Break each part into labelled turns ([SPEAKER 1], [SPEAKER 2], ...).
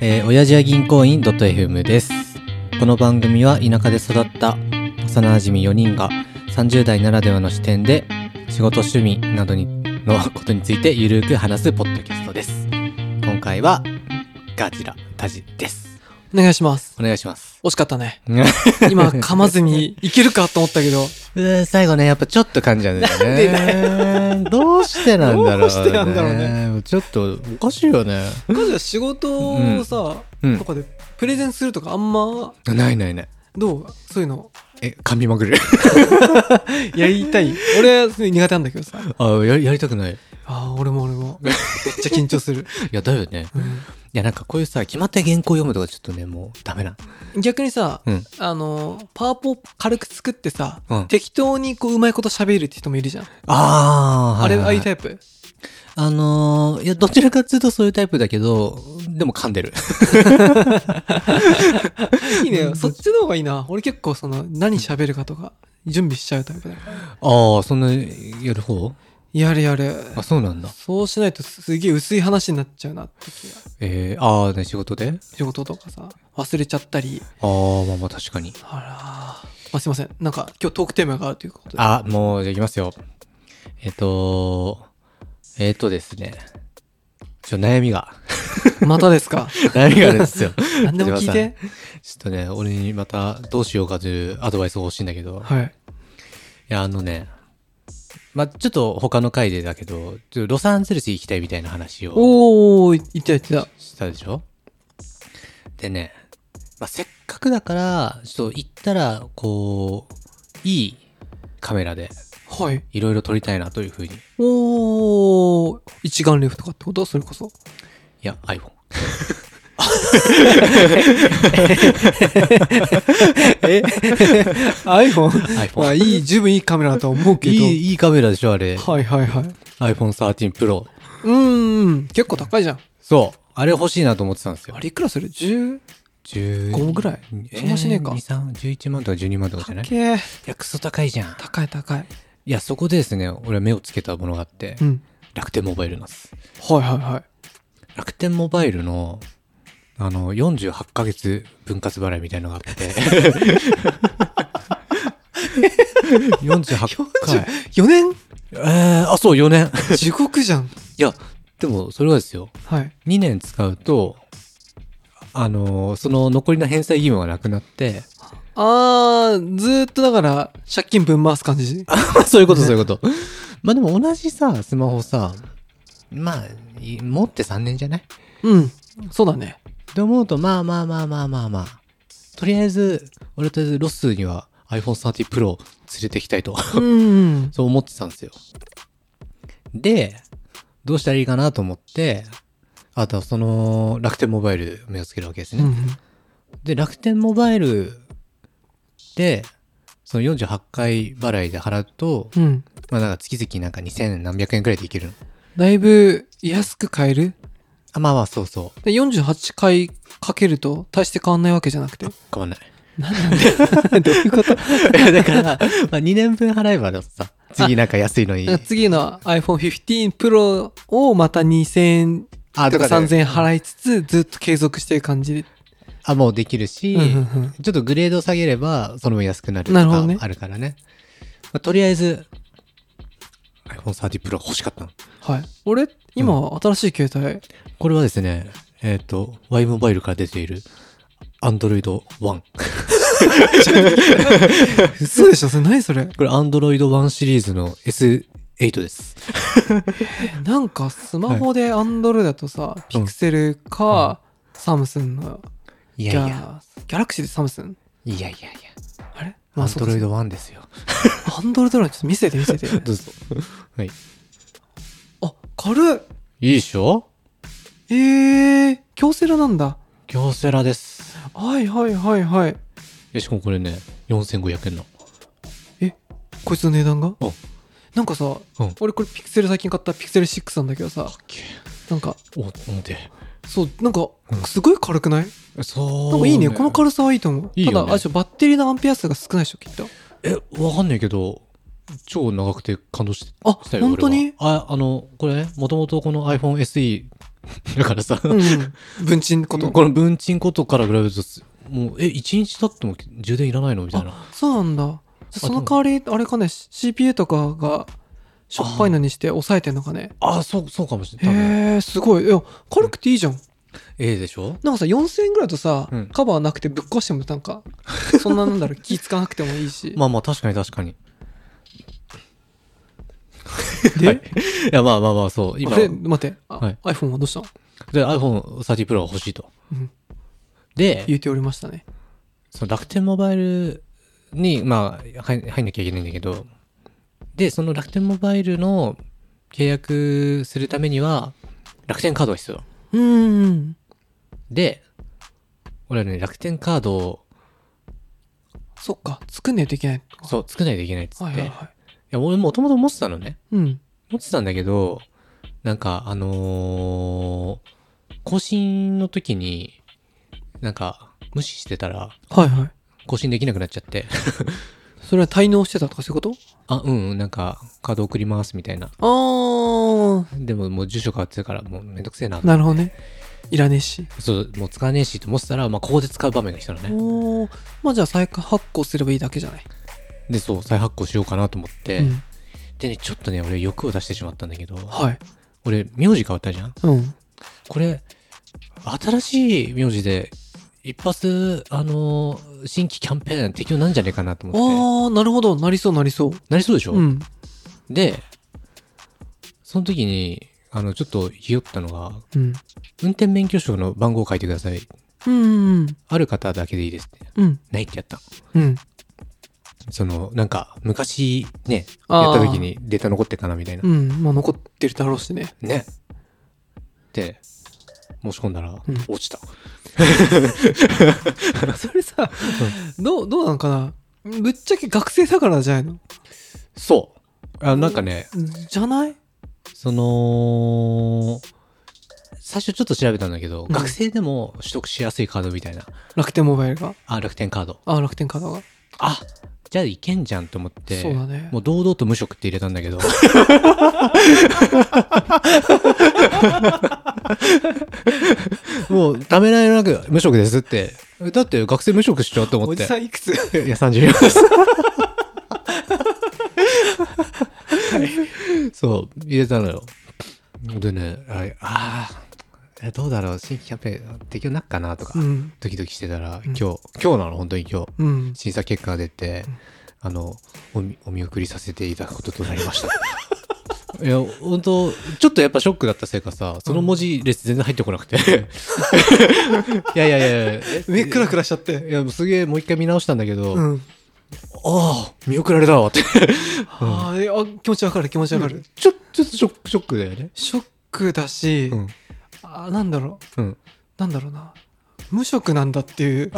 [SPEAKER 1] えー、親父や銀行員 .fm です。この番組は田舎で育った幼馴染4人が30代ならではの視点で仕事趣味などにのことについてゆるく話すポッドキャストです。今回はガジラタジです。
[SPEAKER 2] お願いします。
[SPEAKER 1] お願いします。
[SPEAKER 2] 惜しかったね。今、噛まずにいけるかと思ったけど。
[SPEAKER 1] うー最後ね、やっぱちょっと感じなんだよね。どうしてなんだろう、ね。
[SPEAKER 2] どうしてなんだろうね。
[SPEAKER 1] ちょっとおかしいよね。
[SPEAKER 2] 彼女は仕事をさ、
[SPEAKER 1] うん
[SPEAKER 2] とかでプレゼンするとかあんま、
[SPEAKER 1] ないないない。
[SPEAKER 2] どうそういうの。
[SPEAKER 1] え、噛みまくる。
[SPEAKER 2] やりたい。俺、すごい苦手なんだけ どさ。
[SPEAKER 1] あや、やりたくない。い
[SPEAKER 2] ああ、俺も俺も。めっちゃ緊張する。
[SPEAKER 1] や、だよね。
[SPEAKER 2] う
[SPEAKER 1] いや、なんかこういうさ、決まった原稿読むとかちょっとね、もうダメな。
[SPEAKER 2] ん逆にさ、
[SPEAKER 1] うん
[SPEAKER 2] あの、パワポ軽く作ってさ、
[SPEAKER 1] うん
[SPEAKER 2] 適当にこう、うまいこと喋るって人もいるじゃん。
[SPEAKER 1] ああ、
[SPEAKER 2] あれ、ああいう
[SPEAKER 1] イ
[SPEAKER 2] タイプ
[SPEAKER 1] プあのー、いや、どちらかっていうとそういうタイプだけど、でも噛んでる。
[SPEAKER 2] いいね。そっちの方がいいな。俺結構、その、何喋るかとか、準備しちゃうタイプだから。
[SPEAKER 1] ああ、そんな、やる方
[SPEAKER 2] やるやる。
[SPEAKER 1] あ、そうなんだ。
[SPEAKER 2] そうしないとすげえ薄い話になっちゃうなって気が
[SPEAKER 1] えー、ああ、ね、仕事で
[SPEAKER 2] 仕事とかさ忘れちゃったり
[SPEAKER 1] ああ、まあまあ確かに。
[SPEAKER 2] あらー、まあ、すいませんなんか今日トークテーマがあるということで
[SPEAKER 1] あ、もう、じゃあいきますよ。えっ、とえっ、とですね。ちょ、悩みが。
[SPEAKER 2] またです か
[SPEAKER 1] 悩みがあるん ですよ。
[SPEAKER 2] 何でも聞いて
[SPEAKER 1] ちょっとね、俺にまたどうしようかというアドバイスが欲しいんだけど。
[SPEAKER 2] はい
[SPEAKER 1] いや、あのね、まあ、ちょっと他の回でだけど、ちょっとロサンゼルス行きたいみたいな話を
[SPEAKER 2] おおいいったいった
[SPEAKER 1] したでしょでね、まあ、せっかくだから、ちょっと行ったら、こう、いいカメラで
[SPEAKER 2] はい
[SPEAKER 1] いろいろ撮りたいなというふうに。い
[SPEAKER 2] おお一眼レフとかってことそれこそ
[SPEAKER 1] や、iPhone。
[SPEAKER 2] え iPhone? まあ
[SPEAKER 1] iPhone。
[SPEAKER 2] いい十分 いいカメラだとは思うけ
[SPEAKER 1] い
[SPEAKER 2] ど
[SPEAKER 1] い、いいカメラでしょ、あれ。
[SPEAKER 2] はいはいはい
[SPEAKER 1] iPhone 13 Pro。
[SPEAKER 2] うーん結構高いじゃん
[SPEAKER 1] そう。あれ欲しいなと思ってたんですよ
[SPEAKER 2] あ。れいくらする 10?
[SPEAKER 1] 15
[SPEAKER 2] 5ぐらい
[SPEAKER 1] えー、
[SPEAKER 2] そんなしねえか
[SPEAKER 1] 2、3、11万とか12万とかじゃ
[SPEAKER 2] 高
[SPEAKER 1] ないい
[SPEAKER 2] え
[SPEAKER 1] や、クソ高いじゃん。
[SPEAKER 2] 高い高い
[SPEAKER 1] いや、そこでですね、俺は目をつけたものがあって、
[SPEAKER 2] うん
[SPEAKER 1] 楽天モバイルなんです。
[SPEAKER 2] はいはいはい
[SPEAKER 1] 楽天モバイルの、あの、48ヶ月分割払いみたいのがあって。48回。
[SPEAKER 2] 4年
[SPEAKER 1] えー、あ、そう、4年。
[SPEAKER 2] 地獄じゃん。
[SPEAKER 1] いや、でも、それはですよ。
[SPEAKER 2] はい。
[SPEAKER 1] 2年使うと、あの、その残りの返済義務がなくなって、
[SPEAKER 2] あー、ずーっとだから、借金分回す感じ。
[SPEAKER 1] そういうこと、そういうこと。まあでも同じさ、スマホさ、まあ、い持って3年じゃない
[SPEAKER 2] うん。そうだね。
[SPEAKER 1] って思うと、まあまあまあまあまあまあ。とりあえず、俺とりあえずロスには iPhone 30 Pro 連れてきたいと、
[SPEAKER 2] うん。
[SPEAKER 1] そう思ってたんですよ。で、どうしたらいいかなと思って、あとはその楽天モバイル目をつけるわけです
[SPEAKER 2] う
[SPEAKER 1] ね。
[SPEAKER 2] ん。
[SPEAKER 1] で、楽天モバイルで、その48回払いで払うと、
[SPEAKER 2] うん。
[SPEAKER 1] まあなんか月々なんか2000何百円くらいでいけるの。
[SPEAKER 2] だいぶ安く買える
[SPEAKER 1] あ、まあまあそうそう。
[SPEAKER 2] で ?48 回かけると大して変わんないわけじゃなくて。
[SPEAKER 1] 変わんない。
[SPEAKER 2] なん だどういうこと
[SPEAKER 1] いやだから、まあ、2年分払えばだとさ、次なんか安いのに。
[SPEAKER 2] なんか次の iPhone15 Pro をまた2000円
[SPEAKER 1] あ
[SPEAKER 2] とか
[SPEAKER 1] とかで
[SPEAKER 2] 3000円払いつつ、ずっと継続してる感じで。
[SPEAKER 1] あ、もうできるし、
[SPEAKER 2] うんうん
[SPEAKER 1] ちょっとグレード下げれば、その分安くなると
[SPEAKER 2] なるほど
[SPEAKER 1] か
[SPEAKER 2] ね
[SPEAKER 1] あるからね。まあとりあえず、iPhone 30 Pro 欲しかったの。
[SPEAKER 2] うんはい。俺、今、新しい携帯。
[SPEAKER 1] これはですね、えっ、と、Y モバイルから出ている、Android 1。
[SPEAKER 2] 嘘でしょそれ何そ れ
[SPEAKER 1] これ Android 1シリーズの S8 です。
[SPEAKER 2] なんかスマホでアンドロイドだとさ、ピクセルか、サムスンの
[SPEAKER 1] い
[SPEAKER 2] ギ
[SPEAKER 1] や
[SPEAKER 2] ャ
[SPEAKER 1] いや、
[SPEAKER 2] ギャラクシーでサムスン
[SPEAKER 1] いやいやいや。
[SPEAKER 2] あれ
[SPEAKER 1] Android
[SPEAKER 2] ド
[SPEAKER 1] 1ですよ。
[SPEAKER 2] アンドロイドのちょっと見せて見せて
[SPEAKER 1] どうぞ。はい。い
[SPEAKER 2] あ軽い
[SPEAKER 1] いでしょ
[SPEAKER 2] えー、京セラなんだ
[SPEAKER 1] 京セラです。
[SPEAKER 2] はいはいはいはい
[SPEAKER 1] よしかもこれね、4500円の。
[SPEAKER 2] こいつの値段が
[SPEAKER 1] お
[SPEAKER 2] なんかさ、
[SPEAKER 1] うん
[SPEAKER 2] 俺これピクセル最近買ったピクセル6なんだけどさなんか
[SPEAKER 1] お、待って。
[SPEAKER 2] そうなんか
[SPEAKER 1] うん
[SPEAKER 2] すごい軽くない、
[SPEAKER 1] そう、
[SPEAKER 2] なんかいいねこの軽さはいいと思う
[SPEAKER 1] いいよね
[SPEAKER 2] ただあちょバッテリーのアンペア数が少ないでしょきっと
[SPEAKER 1] え、わかんないけど、超長くて感動して
[SPEAKER 2] あ
[SPEAKER 1] したよ。
[SPEAKER 2] 本当に
[SPEAKER 1] 俺はあ、あの、これね、もともとこの iPhone SE だからさ、
[SPEAKER 2] うんうん。文鎮
[SPEAKER 1] こ
[SPEAKER 2] こ。
[SPEAKER 1] とこの文鎮ことから比べるとすもうえ1日経っても充電いらないのみたいな
[SPEAKER 2] あ、そうなんだ。じゃその代わり、あれかね、CPU とかがしょっぱいのにして抑えてんのかね。
[SPEAKER 1] ああそうそうかもしれない
[SPEAKER 2] へえ、すごい。いや、軽くていいじゃん。
[SPEAKER 1] ええでしょ
[SPEAKER 2] なんかさ、4000円ぐらいだとさ
[SPEAKER 1] うん、
[SPEAKER 2] カバーなくてぶっ壊してもなん か、そんななんだろう、気使わなくてもいいし。
[SPEAKER 1] まあまあ確かに確かに
[SPEAKER 2] で、
[SPEAKER 1] はいいやまあまあまあそう今
[SPEAKER 2] あれ待って、あ
[SPEAKER 1] はい
[SPEAKER 2] iPhone はどうしたの
[SPEAKER 1] で iPhone30 Pro が欲しいと、
[SPEAKER 2] うん
[SPEAKER 1] で
[SPEAKER 2] 言うておりましたね。
[SPEAKER 1] その楽天モバイルにまあ入入んなきゃいけないんだけどでその楽天モバイルの契約するためには楽天カードが必要
[SPEAKER 2] うーん。
[SPEAKER 1] で俺はね楽天カードを
[SPEAKER 2] そっか、作んないといけないとか。
[SPEAKER 1] そう作らないといけないっつって、
[SPEAKER 2] はいはいはい。
[SPEAKER 1] いや、俺もともと持ってたのね。
[SPEAKER 2] うん。
[SPEAKER 1] 持ってたんだけど、なんか、あのー更新の時に、なんか、無視してたら、
[SPEAKER 2] はいはい。
[SPEAKER 1] 更新できなくなっちゃって。
[SPEAKER 2] それは滞納してたとかそういうこと
[SPEAKER 1] あ、うん、うんなんか、カード送りますみたいな。
[SPEAKER 2] あ
[SPEAKER 1] でも、もう住所変わってるから、もうめんどくせえな
[SPEAKER 2] あ。。なるほどね。いらねえし。
[SPEAKER 1] そう、もう使わねえしと思ってたら、まあ、ここで使う場面が来たのね。
[SPEAKER 2] おお。まあじゃあ再発行すればいいだけじゃない。
[SPEAKER 1] で、そう、再発行しようかなと思って。
[SPEAKER 2] うん。
[SPEAKER 1] でね、ちょっとね、俺欲を出してしまったんだけど、
[SPEAKER 2] はい。
[SPEAKER 1] 俺、名字変わったじゃん
[SPEAKER 2] うん。
[SPEAKER 1] これ、新しい名字で、一発、あのー新規キャンペーン適用なんじゃねえかなと思って、
[SPEAKER 2] ああ、なるほど。なりそうなりそう。
[SPEAKER 1] なりそうでしょ、
[SPEAKER 2] うん。
[SPEAKER 1] で、その時に、あの、ちょっとひよったのが、
[SPEAKER 2] うん。
[SPEAKER 1] 運転免許証の番号を書いてください。
[SPEAKER 2] うん。
[SPEAKER 1] ある方だけでいいですって。
[SPEAKER 2] うん。
[SPEAKER 1] ないってやったの。
[SPEAKER 2] うん。
[SPEAKER 1] その、なんか、昔ね、
[SPEAKER 2] あー
[SPEAKER 1] やった時にデータ残ってたなみたいな
[SPEAKER 2] う。ん。まあ残ってるだろうしね。
[SPEAKER 1] ね。で、申し込んだら、
[SPEAKER 2] ん
[SPEAKER 1] 落ちた。
[SPEAKER 2] それさ、どう、どうなのかなぶっちゃけ学生だからじゃないの
[SPEAKER 1] そう。あなんかね、
[SPEAKER 2] じゃない
[SPEAKER 1] その、最初ちょっと調べたんだけど、
[SPEAKER 2] ん
[SPEAKER 1] 学生でも取得しやすいカードみたいな。
[SPEAKER 2] 楽天モバイルが。
[SPEAKER 1] あ、楽天カード。
[SPEAKER 2] あ、楽天カードが。
[SPEAKER 1] あ、じゃあいけんじゃんと思って、
[SPEAKER 2] そうだね
[SPEAKER 1] もう堂々と無職って入れたんだけど、もうためらいなく無職ですって。だって学生無職っしょと思
[SPEAKER 2] お
[SPEAKER 1] って。
[SPEAKER 2] じさんいく つ
[SPEAKER 1] いや、34です。そう、入れたのよ。でね、ああー、えどうだろう、新規キャンペーン適用なっかなとか、
[SPEAKER 2] うん。
[SPEAKER 1] ドキドキしてたら、
[SPEAKER 2] ん
[SPEAKER 1] 今日、今日なの、本当に今日、
[SPEAKER 2] うん。
[SPEAKER 1] 審査結果が出て、あのお見、お見送りさせていただくこととなりました。 いや、本当ちょっとやっぱショックだったせいかさ、その文字列全然入ってこなくて。 いやいやいやいや、
[SPEAKER 2] 目クラクラしちゃっ
[SPEAKER 1] い
[SPEAKER 2] て。
[SPEAKER 1] や、すげえもう一回見直したんだけど、
[SPEAKER 2] うん。
[SPEAKER 1] ああ、見送られたわって。
[SPEAKER 2] あーえあ、気持ちわかる気持ちわかる。
[SPEAKER 1] ちょ、ちょっとショック、ショックだよね。
[SPEAKER 2] ショックだし、
[SPEAKER 1] うん。
[SPEAKER 2] あなんだろう
[SPEAKER 1] うん。
[SPEAKER 2] なんだろうな無職なんだっていう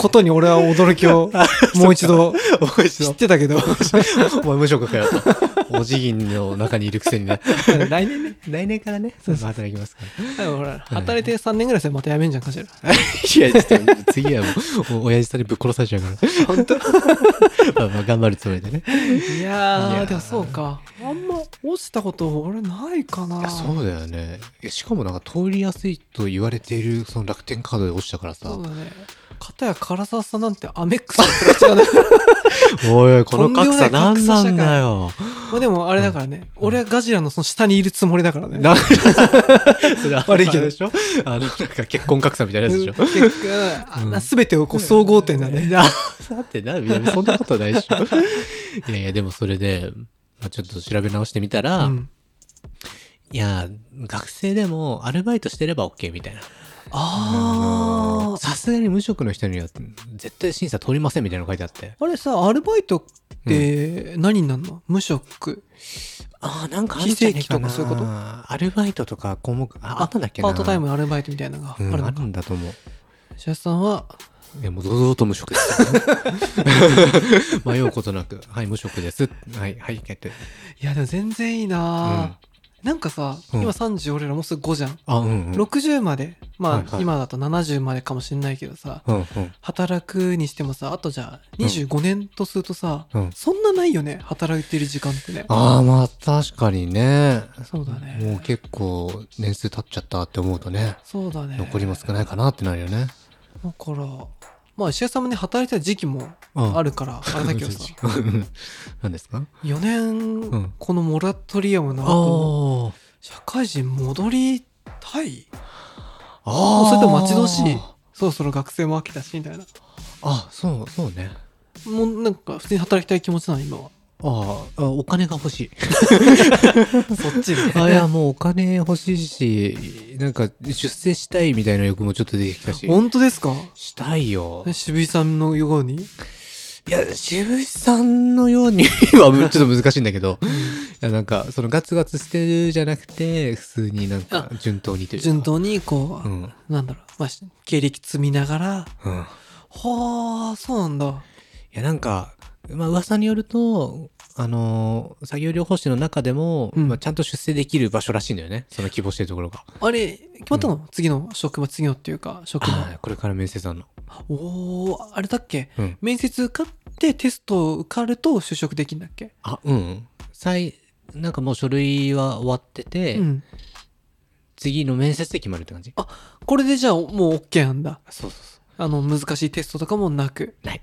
[SPEAKER 2] ことに俺は驚き をもう一度
[SPEAKER 1] おいし
[SPEAKER 2] 知ってたけど
[SPEAKER 1] お前無職かよと。お辞儀の中にいるくせにね。
[SPEAKER 2] 来年ね
[SPEAKER 1] 来年からね、そうそう働きますから。
[SPEAKER 2] でもほら働いて3年ぐらいしたらまた辞めんじゃんかしら
[SPEAKER 1] いや、ちょっと次はもう、もう親父さんにぶっ殺されちゃうから。本 当まあまあ、頑張るつもりでね。
[SPEAKER 2] いや
[SPEAKER 1] いや
[SPEAKER 2] ー
[SPEAKER 1] ー
[SPEAKER 2] でもそうかあんま落ちたこと俺ないか
[SPEAKER 1] い
[SPEAKER 2] な
[SPEAKER 1] や、そうだよね。いやしかもなんか通りやすいと言われている、その楽天カードで落ちたからさ
[SPEAKER 2] そ。うだね片や唐沢さんなんてアメックスの 形だね
[SPEAKER 1] おいおい、この格差何なんだよ。
[SPEAKER 2] まあでもあれだからね俺はガジラのその下にいるつもりだからね
[SPEAKER 1] なんか、それ
[SPEAKER 2] 悪いけど
[SPEAKER 1] あれでしょあの、なんか結婚格差みたいなやつ でしょ
[SPEAKER 2] 結局あんな全てをこう総合点だね
[SPEAKER 1] な、だってな、みんなそんなことないでしょ。いやいや、でもそれで、まあ、ちょっと調べ直してみたら、
[SPEAKER 2] うん
[SPEAKER 1] いや、学生でもアルバイトしてれば OK みたいな。
[SPEAKER 2] ああ
[SPEAKER 1] さすがに無職の人には絶対審査通りませんみたいなの書いてあって。
[SPEAKER 2] あれさ、アルバイトって何になるの、無職。
[SPEAKER 1] ああ、なんか
[SPEAKER 2] あるんじゃねえかな
[SPEAKER 1] そういうことアルバイトとか項目、あ、あったんだっけな
[SPEAKER 2] パートタイ
[SPEAKER 1] ム。
[SPEAKER 2] ムアルバイトみたいなのがあ
[SPEAKER 1] う
[SPEAKER 2] る
[SPEAKER 1] ん、あ
[SPEAKER 2] の
[SPEAKER 1] る
[SPEAKER 2] か。
[SPEAKER 1] んだと思う。
[SPEAKER 2] シャスさんは、
[SPEAKER 1] いや、もう堂々と無職です。迷うことなく、はい、無職です。はい、はい、やって。
[SPEAKER 2] いや、でも全然いいな、
[SPEAKER 1] うん
[SPEAKER 2] あ。なんかさ、
[SPEAKER 1] うん
[SPEAKER 2] 今30俺らもうすぐ5じゃん。
[SPEAKER 1] あ、うん、うん。
[SPEAKER 2] 60まで、まあ、
[SPEAKER 1] はいはい
[SPEAKER 2] 今だと70までかもしれないけどさ、
[SPEAKER 1] うん、うん。
[SPEAKER 2] 働くにしてもさ、あとじゃあ25年とするとさ、
[SPEAKER 1] うん
[SPEAKER 2] そんなないよね、働いてる時間ってね。
[SPEAKER 1] ああ、まあ確かにね。
[SPEAKER 2] そうだね
[SPEAKER 1] もう結構年数経っちゃったって思うとね、
[SPEAKER 2] そうだね。
[SPEAKER 1] 残りも少ないかなってなるよね。
[SPEAKER 2] だから、まあ石屋さんもね、働いてた時期もあるから、あれだけどさ、
[SPEAKER 1] うん何ですか
[SPEAKER 2] 4
[SPEAKER 1] うん
[SPEAKER 2] 年、このモラトリアムの後、
[SPEAKER 1] あ
[SPEAKER 2] 社会人戻りたい
[SPEAKER 1] あ。ああ。
[SPEAKER 2] もうそれとも待ち遠しい。そろそろ学生も飽きたし、みたいな。
[SPEAKER 1] あ、そう、そうね。
[SPEAKER 2] もうなんか普通に働きたい気持ちなの、今は。
[SPEAKER 1] ああ、お金が欲しい。
[SPEAKER 2] そっち で。
[SPEAKER 1] あいや、もうお金欲しいし、なんか出世したいみたいな欲もちょっと出てきたし。
[SPEAKER 2] 本当ですか
[SPEAKER 1] したいよ。
[SPEAKER 2] え渋井さんのように
[SPEAKER 1] いや、渋井さんのよう にはちょっと難しいんだけど、いや、なんか、そのガツガツしてるじゃなくて、普通になんか順当にというか。
[SPEAKER 2] 順当にこう、
[SPEAKER 1] うん。
[SPEAKER 2] なんだろう、まあ、し経歴積みながら、
[SPEAKER 1] うん。
[SPEAKER 2] はあ、そうなんだ。
[SPEAKER 1] いや、なんか、まあ、噂によると、あのー作業療法士の中でも、
[SPEAKER 2] うん
[SPEAKER 1] まあ、ちゃんと出世できる場所らしいんだよね。その希望してるところが。
[SPEAKER 2] あれ、決まったの、次の職場、次のっていうか、職
[SPEAKER 1] ああ
[SPEAKER 2] 場。
[SPEAKER 1] これから面接あんの。
[SPEAKER 2] おおあれだっけ
[SPEAKER 1] うん。
[SPEAKER 2] 面接受かってテスト受かると就職できるんだっけ
[SPEAKER 1] あ、うん。最、なんかもう書類は終わってて、
[SPEAKER 2] うん。
[SPEAKER 1] 次の面接で決まるって感じ。
[SPEAKER 2] これでじゃあもう OK なんだ。
[SPEAKER 1] そうそうそ
[SPEAKER 2] あの、難しいテストとかもなく。
[SPEAKER 1] う。ない。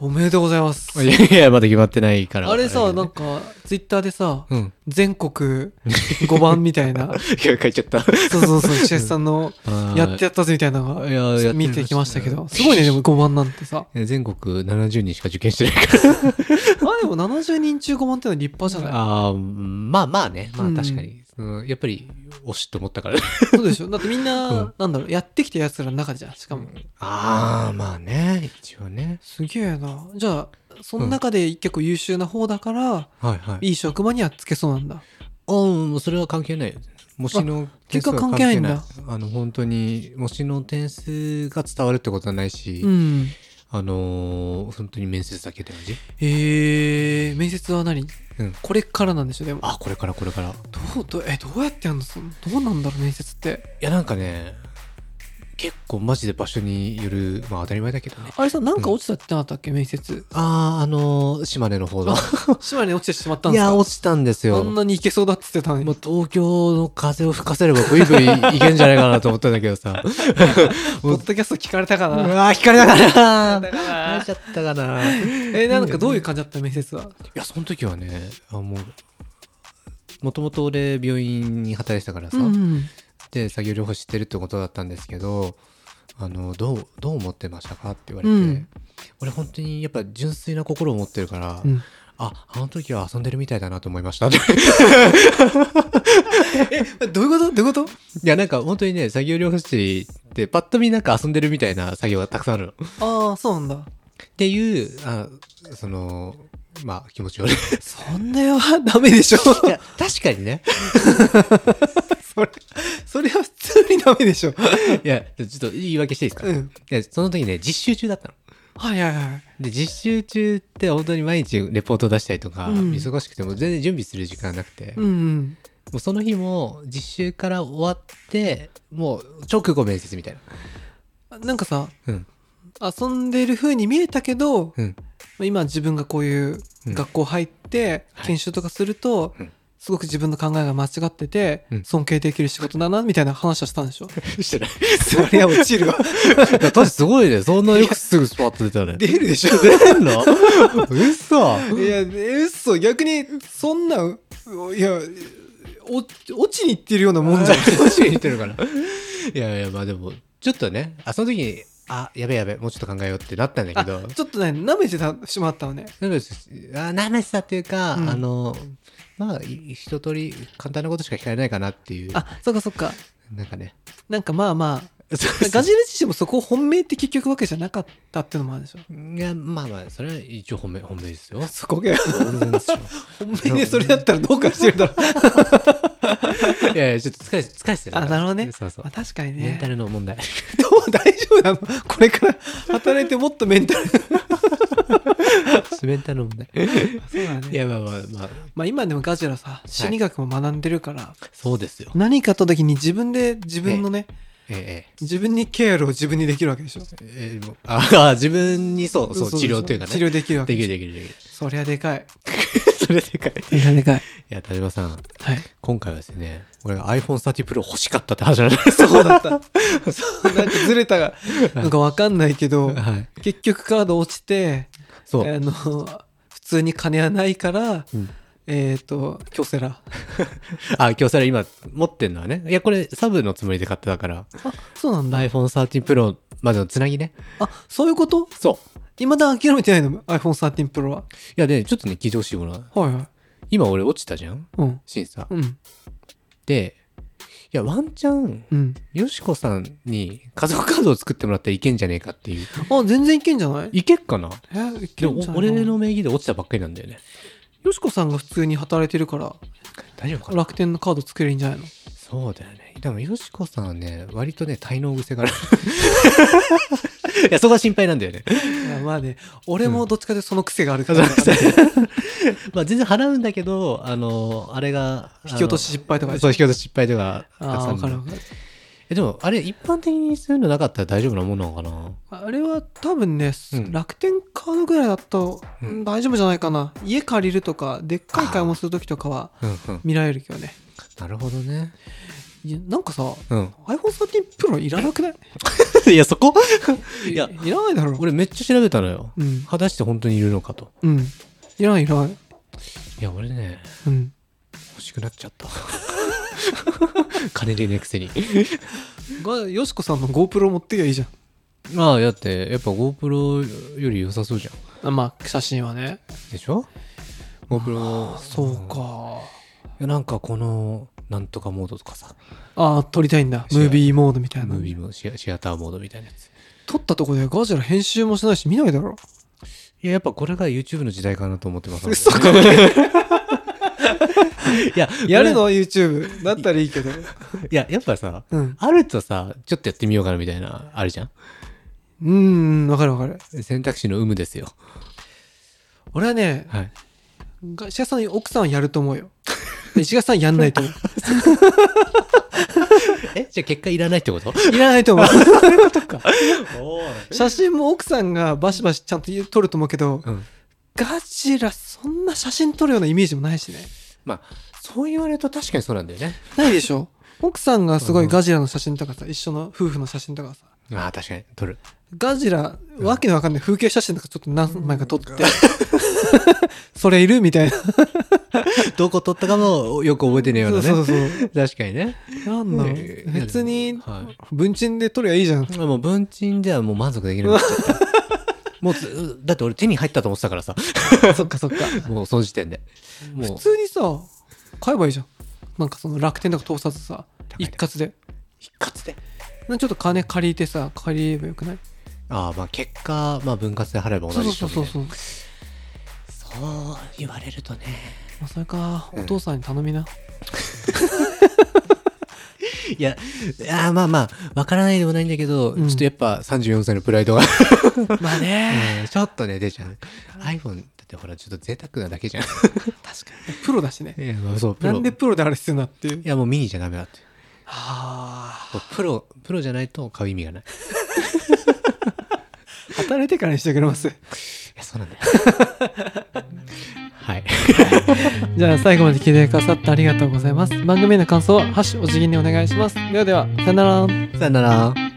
[SPEAKER 2] おめでとうございます。
[SPEAKER 1] いやいや、まだ決まってないから。
[SPEAKER 2] あれさ、
[SPEAKER 1] だけど
[SPEAKER 2] なん
[SPEAKER 1] ね
[SPEAKER 2] か、ツイッターでさ、
[SPEAKER 1] うん。
[SPEAKER 2] 全国5番みたいな、
[SPEAKER 1] いや、書いちゃった。
[SPEAKER 2] そうそうそう、シェフさんのやってやったぜみたいなのが
[SPEAKER 1] いややってましたね
[SPEAKER 2] 見てきましたけど、すごいね、でも5番なんてさ。
[SPEAKER 1] いや全国70人しか受験してないから。
[SPEAKER 2] あ、でも70人中5番ってのは立派じゃない
[SPEAKER 1] ああ、 まあまあね。まあ
[SPEAKER 2] うん
[SPEAKER 1] 確かに。そのやっぱり、推しと思ったから。
[SPEAKER 2] そうでしょだってみん
[SPEAKER 1] う
[SPEAKER 2] な、なんだろう、やってきた奴らの中じゃん、しかも。
[SPEAKER 1] ああ、まあね。一応ね。
[SPEAKER 2] すげえな。じゃあ、その中で結構優秀な方だから、
[SPEAKER 1] はいはい。
[SPEAKER 2] いい職場にはつけそうなんだ。
[SPEAKER 1] うん、それは関係ないよ。模試の点数は
[SPEAKER 2] 結果関係ないんだ
[SPEAKER 1] 関係ないあの、本当に、模試の点数が伝わるってことはないし、
[SPEAKER 2] うん。
[SPEAKER 1] あのー本当に面接だけって感じ。
[SPEAKER 2] へえー、面接は何
[SPEAKER 1] うん。
[SPEAKER 2] これからなんでしょ、でも。
[SPEAKER 1] あ、これからこれから。い
[SPEAKER 2] どう、どうえ、どうやってやるのそのどうなんだろう、面接って。
[SPEAKER 1] や、なんかね、結構マジで場所による、まあ当たり前だけどね。
[SPEAKER 2] あれさ、なんか落ちたってなかったっけ、面接。
[SPEAKER 1] ああ、あのー島根の方だ。
[SPEAKER 2] 島に落ちてしまった
[SPEAKER 1] い
[SPEAKER 2] んですか
[SPEAKER 1] や、落ちたんです
[SPEAKER 2] あ
[SPEAKER 1] よ。
[SPEAKER 2] ん
[SPEAKER 1] もう
[SPEAKER 2] なに行けそうだって言ってたのに。
[SPEAKER 1] 東京の風を吹かせればブイブイいけんじゃないかなと思ったんだけど さ。
[SPEAKER 2] ポッドキャスト聞かれたか
[SPEAKER 1] う
[SPEAKER 2] な。
[SPEAKER 1] わー、引かれたかな
[SPEAKER 2] だか
[SPEAKER 1] 引かれ
[SPEAKER 2] ら
[SPEAKER 1] ちゃったかな。い
[SPEAKER 2] え、なんかどういう感じだった面接は。
[SPEAKER 1] や、その時はね、あもう、もともと俺、病院に働いてたからさ、
[SPEAKER 2] うん。
[SPEAKER 1] で、作業療法してるってことだったんですけど、あの、どう、どう思ってましたかって言われて、
[SPEAKER 2] うん
[SPEAKER 1] 俺本当にやっぱ純粋な心を持ってるから、
[SPEAKER 2] うん
[SPEAKER 1] あ、あの時は遊んでるみたいだなと思いました。
[SPEAKER 2] どういうことどういうこと
[SPEAKER 1] いや、なんか本当にね、作業療法士って、パッと見なんか遊んでるみたいな作業がたくさんあるの。っ
[SPEAKER 2] ああ、そうなんだ。
[SPEAKER 1] ていう、あその、まあ、気持ち悪い。い
[SPEAKER 2] そんなは ダメでしょ。
[SPEAKER 1] や、 確かにね。
[SPEAKER 2] それ、それは普通にダメでしょ。
[SPEAKER 1] いや、ちょっと言い訳していいですか、
[SPEAKER 2] う
[SPEAKER 1] い
[SPEAKER 2] ん。
[SPEAKER 1] や、その時ね、実習中だったの。
[SPEAKER 2] はいはいはい。
[SPEAKER 1] で、実習中って本当に毎日レポート出したりとか、
[SPEAKER 2] うん
[SPEAKER 1] 忙しくても全然準備する時間なくて、
[SPEAKER 2] う
[SPEAKER 1] も
[SPEAKER 2] ん。
[SPEAKER 1] うその日も実習から終わって、もう直後面接みたいな。
[SPEAKER 2] なんかさ、
[SPEAKER 1] うん。
[SPEAKER 2] 遊んでる風に見えたけど、
[SPEAKER 1] うん。
[SPEAKER 2] 今自分がこういう
[SPEAKER 1] うん
[SPEAKER 2] 学校入って、
[SPEAKER 1] はい
[SPEAKER 2] 研修とかすると
[SPEAKER 1] うん、
[SPEAKER 2] すごく自分の考えが間違ってて
[SPEAKER 1] うん、
[SPEAKER 2] 尊敬できる仕事だな、みたいな話はしたんでしょ。
[SPEAKER 1] してない。
[SPEAKER 2] そりゃ落ちるわ。
[SPEAKER 1] 確かにすごいね。そんなよくすぐスパッと出たね。
[SPEAKER 2] 出るでしょ。
[SPEAKER 1] 出ん の嘘
[SPEAKER 2] いや、え嘘、逆に、そんな、ういや、お落ちに行ってるようなもんじゃん。
[SPEAKER 1] 確かに言ってるから。いやいや、まあでも、ちょっとね、あ、その時に、あ、やべやべ、もうちょっと考えようってなったんだ
[SPEAKER 2] あ
[SPEAKER 1] けど、
[SPEAKER 2] ちょっとね、舐めてたしまったのね。
[SPEAKER 1] なんか、あ、なめてたっていうか、
[SPEAKER 2] うん
[SPEAKER 1] あの、まあ、い一通り簡単なことしか聞かれないかなっていう、
[SPEAKER 2] あ、そっかそっか。
[SPEAKER 1] なんかね。
[SPEAKER 2] なんかまあまあ、ガ
[SPEAKER 1] ガ
[SPEAKER 2] ジェル自身もそこを本命って結局わけじゃなかったってのもあるでしょ。
[SPEAKER 1] いや、まあまあ、それは一応本命、本命ですよ。
[SPEAKER 2] そこが、
[SPEAKER 1] 全然ですよ
[SPEAKER 2] 本命でそれだったらどうかしてるだろう。
[SPEAKER 1] いやいや、ちょっと疲れ、疲れてたから。
[SPEAKER 2] あ、なるほどね。
[SPEAKER 1] そうそう
[SPEAKER 2] まあ、。確かに
[SPEAKER 1] メン
[SPEAKER 2] ね
[SPEAKER 1] タ。ルの問題。
[SPEAKER 2] ど う大丈夫なのこれから働いてもっとメンタル。
[SPEAKER 3] セメンターの問題。
[SPEAKER 2] そうだ
[SPEAKER 3] い
[SPEAKER 2] ね。
[SPEAKER 3] や、まあまあまあ、
[SPEAKER 2] まあ今でもガジラさ、心理学も学んでるから、
[SPEAKER 1] そうですよ。
[SPEAKER 2] 何かあった時に自分で自分のね、
[SPEAKER 1] え
[SPEAKER 2] 自分にケアを自分にできるわけでしょ。
[SPEAKER 1] えええもうああ、自分にそう、そう、
[SPEAKER 2] そ
[SPEAKER 1] 治療というかね。
[SPEAKER 2] 治療できるわけ
[SPEAKER 1] できるできるできる。
[SPEAKER 2] そりゃでかい。
[SPEAKER 1] それでかい。い
[SPEAKER 2] そりゃでかい。
[SPEAKER 1] や、田島さん、
[SPEAKER 2] はい。
[SPEAKER 1] 今回はですね、俺が iPhone 30 Pro 欲しかったって話じゃないです
[SPEAKER 2] そうだった。そうなんかずれたが、なんかわかんないけ ど
[SPEAKER 1] か。、はい。
[SPEAKER 2] 結局カード落ちて、
[SPEAKER 1] そう。
[SPEAKER 2] あの、普通に金はないから、
[SPEAKER 1] うん
[SPEAKER 2] えっ、と、京セ ラ。
[SPEAKER 1] あ、今日それ今持ってんのはね。いや、これサブのつもりで買ってたから、
[SPEAKER 2] あ、そうなんだ。
[SPEAKER 1] iPhone 30 Pro までのつなぎね。
[SPEAKER 2] あ、そういうこと
[SPEAKER 1] そう。
[SPEAKER 2] 未だ諦めてないの ?iPhone13 Pro は。
[SPEAKER 1] いやね、ちょっとね、気上しいものは。
[SPEAKER 2] はいはい。
[SPEAKER 1] 今俺落ちたじゃん
[SPEAKER 2] うん。
[SPEAKER 1] 審査。
[SPEAKER 2] うん。
[SPEAKER 1] で、いや、ワンチャン、
[SPEAKER 2] うん。
[SPEAKER 1] よしこさんに家族カードを作ってもらったらいけんじゃねえかっていう。
[SPEAKER 2] あ、全然いけんじゃない
[SPEAKER 1] いけっかな
[SPEAKER 2] え、いけ
[SPEAKER 1] で
[SPEAKER 2] ん
[SPEAKER 1] も
[SPEAKER 2] じゃ、ない
[SPEAKER 1] 俺。の名義で落ちたばっかりなんだよね。
[SPEAKER 2] よしこさんが普通に働いてるから、
[SPEAKER 1] 大丈夫かな
[SPEAKER 2] 楽天のカード作れるんじゃないの
[SPEAKER 1] そうだよね。でも、よしこさんはね、割とね、滞納癖 がある。いや、そこは心配なんだよ ね。
[SPEAKER 2] いやまあね、俺もどっちかでその癖がある
[SPEAKER 1] そ
[SPEAKER 2] か
[SPEAKER 1] うそ
[SPEAKER 2] ら、
[SPEAKER 1] うまあ、全然払うんだけど、あの、あれが。
[SPEAKER 2] 引き落とし失敗と
[SPEAKER 1] あの
[SPEAKER 2] かでし
[SPEAKER 1] そ
[SPEAKER 2] ょ
[SPEAKER 1] う、引き落とし失敗とか。たく
[SPEAKER 2] あ
[SPEAKER 1] さ
[SPEAKER 2] あ、
[SPEAKER 1] ん
[SPEAKER 2] わかるわかる。
[SPEAKER 1] え、でも、あれ、一般的にそういうのなかったら大丈夫なもんなのかな
[SPEAKER 2] あれは多分ね、
[SPEAKER 1] うん
[SPEAKER 2] 楽天カードぐらいだと
[SPEAKER 1] うん
[SPEAKER 2] 大丈夫じゃないかな、家借りるとかでっかい買い物する時とかは
[SPEAKER 1] うんうん。
[SPEAKER 2] 見られるけどね
[SPEAKER 1] なるほどね。
[SPEAKER 2] いやなんかさ
[SPEAKER 1] うん。
[SPEAKER 2] iPhone13Pro いらなくない
[SPEAKER 1] いや、そ こいや、
[SPEAKER 2] いらないだろ
[SPEAKER 1] 俺めっちゃ調べたのよ。
[SPEAKER 2] うん
[SPEAKER 1] 果たして本当にいるのかと。
[SPEAKER 2] うんいらないいらない
[SPEAKER 1] いや、俺ね、
[SPEAKER 2] うん
[SPEAKER 1] 欲しくなっちゃった。 金でねえくせに。
[SPEAKER 2] がよしこさんの GoPro 持ってきゃいいじゃん
[SPEAKER 1] まあ、だって、やっぱ GoPro より良さそうじゃん。
[SPEAKER 2] あまあ写真はね
[SPEAKER 1] でしょ ?GoPro。
[SPEAKER 2] そうか、
[SPEAKER 1] いや。なんかこの、なんとかモードとかさ、
[SPEAKER 2] ああ撮りたいんだ
[SPEAKER 1] そう
[SPEAKER 2] ムービーモードみたいな
[SPEAKER 1] ムービーもシアシアターモードみたいなやつ。
[SPEAKER 2] 撮ったとこでガジラ編集もしないし見ないだろ
[SPEAKER 1] いや、やっぱこれが YouTube の時代かなと思ってます、
[SPEAKER 2] 嘘
[SPEAKER 1] かいや、
[SPEAKER 2] やるの YouTube だったらいいけど
[SPEAKER 1] いや、やっぱさ、
[SPEAKER 2] うん
[SPEAKER 1] あるとさ、ちょっとやってみようかなみたいな、あるじゃん。
[SPEAKER 2] うーんわかるわかる
[SPEAKER 1] 選択肢の有無ですよ。
[SPEAKER 2] 俺はね
[SPEAKER 1] はい。
[SPEAKER 2] が石川さん奥さんはやると思うよ石川さんやんないと思う
[SPEAKER 1] え、じゃあ結果いらないってこと
[SPEAKER 2] いらないと 思う
[SPEAKER 1] お
[SPEAKER 2] 写真も奥さんがバシバシちゃんと撮ると思うけど
[SPEAKER 1] うん。
[SPEAKER 2] ガジラそんな写真撮るようなイメージもないしね
[SPEAKER 1] まあ、そう言われると確かにそうなんだよね。
[SPEAKER 2] ないでしょ奥さんがすご
[SPEAKER 1] う
[SPEAKER 2] い
[SPEAKER 1] ん
[SPEAKER 2] ガジラの写真とかさ一緒の夫婦の写真とかさ
[SPEAKER 1] ああ、確かに。撮る。
[SPEAKER 2] ガジラわけのわかんない風景写真とかちょっと何枚か撮って それいるみたいな
[SPEAKER 1] どこ撮ったかもよく覚えてねえようなね。
[SPEAKER 2] そうそうそう
[SPEAKER 1] 確かにね。
[SPEAKER 2] なんだろう
[SPEAKER 1] えー
[SPEAKER 2] 別に
[SPEAKER 1] は
[SPEAKER 2] 文鎮で撮りゃいいじゃん
[SPEAKER 1] い。もう文鎮ではもう満足できるんだもうつ、だって俺手に入ったと思ってたからさ。
[SPEAKER 2] そっかそっか
[SPEAKER 1] もうその時点で。もう
[SPEAKER 2] 普、通にさ買えばいいじゃんなんかその楽天とか通さずさ
[SPEAKER 1] 高い
[SPEAKER 2] 一括で
[SPEAKER 1] 一括で。
[SPEAKER 2] なんかちょっと金借りてさ借りればよくない
[SPEAKER 1] ああ、まあ結果、まあ分割で払えば
[SPEAKER 2] そ
[SPEAKER 1] 同
[SPEAKER 2] う
[SPEAKER 1] じ
[SPEAKER 2] そうそうそう、ま
[SPEAKER 1] そう。そう言われるとね。
[SPEAKER 2] あ、それかお父さんに頼 みな、
[SPEAKER 1] いや、あーまあまあ、わからないでもないんだけど、
[SPEAKER 2] うん
[SPEAKER 1] ちょっとやっぱ34歳のプライ ドが、
[SPEAKER 2] まあね
[SPEAKER 1] うんちょっとね、出ちゃう。iPhone だってほら、ちょっと贅沢なだけじゃん。
[SPEAKER 2] 確かにプロだしね
[SPEAKER 1] いや、まあそう、プ
[SPEAKER 2] な
[SPEAKER 1] ロ。
[SPEAKER 2] んで
[SPEAKER 1] い
[SPEAKER 2] プロであれするなっていう
[SPEAKER 1] や、もうミニじゃダメだって。
[SPEAKER 2] はあ
[SPEAKER 1] もうプロ、プロじゃないと買う意味がない。
[SPEAKER 2] 働いてからにしてくれます
[SPEAKER 1] いや、そうなんだ。 はい。
[SPEAKER 2] じゃあ最後まで聞いてくださってありがとうございます番組への感想は「ハッシュお辞儀」にお願いしますではではさよなら
[SPEAKER 1] さよなら。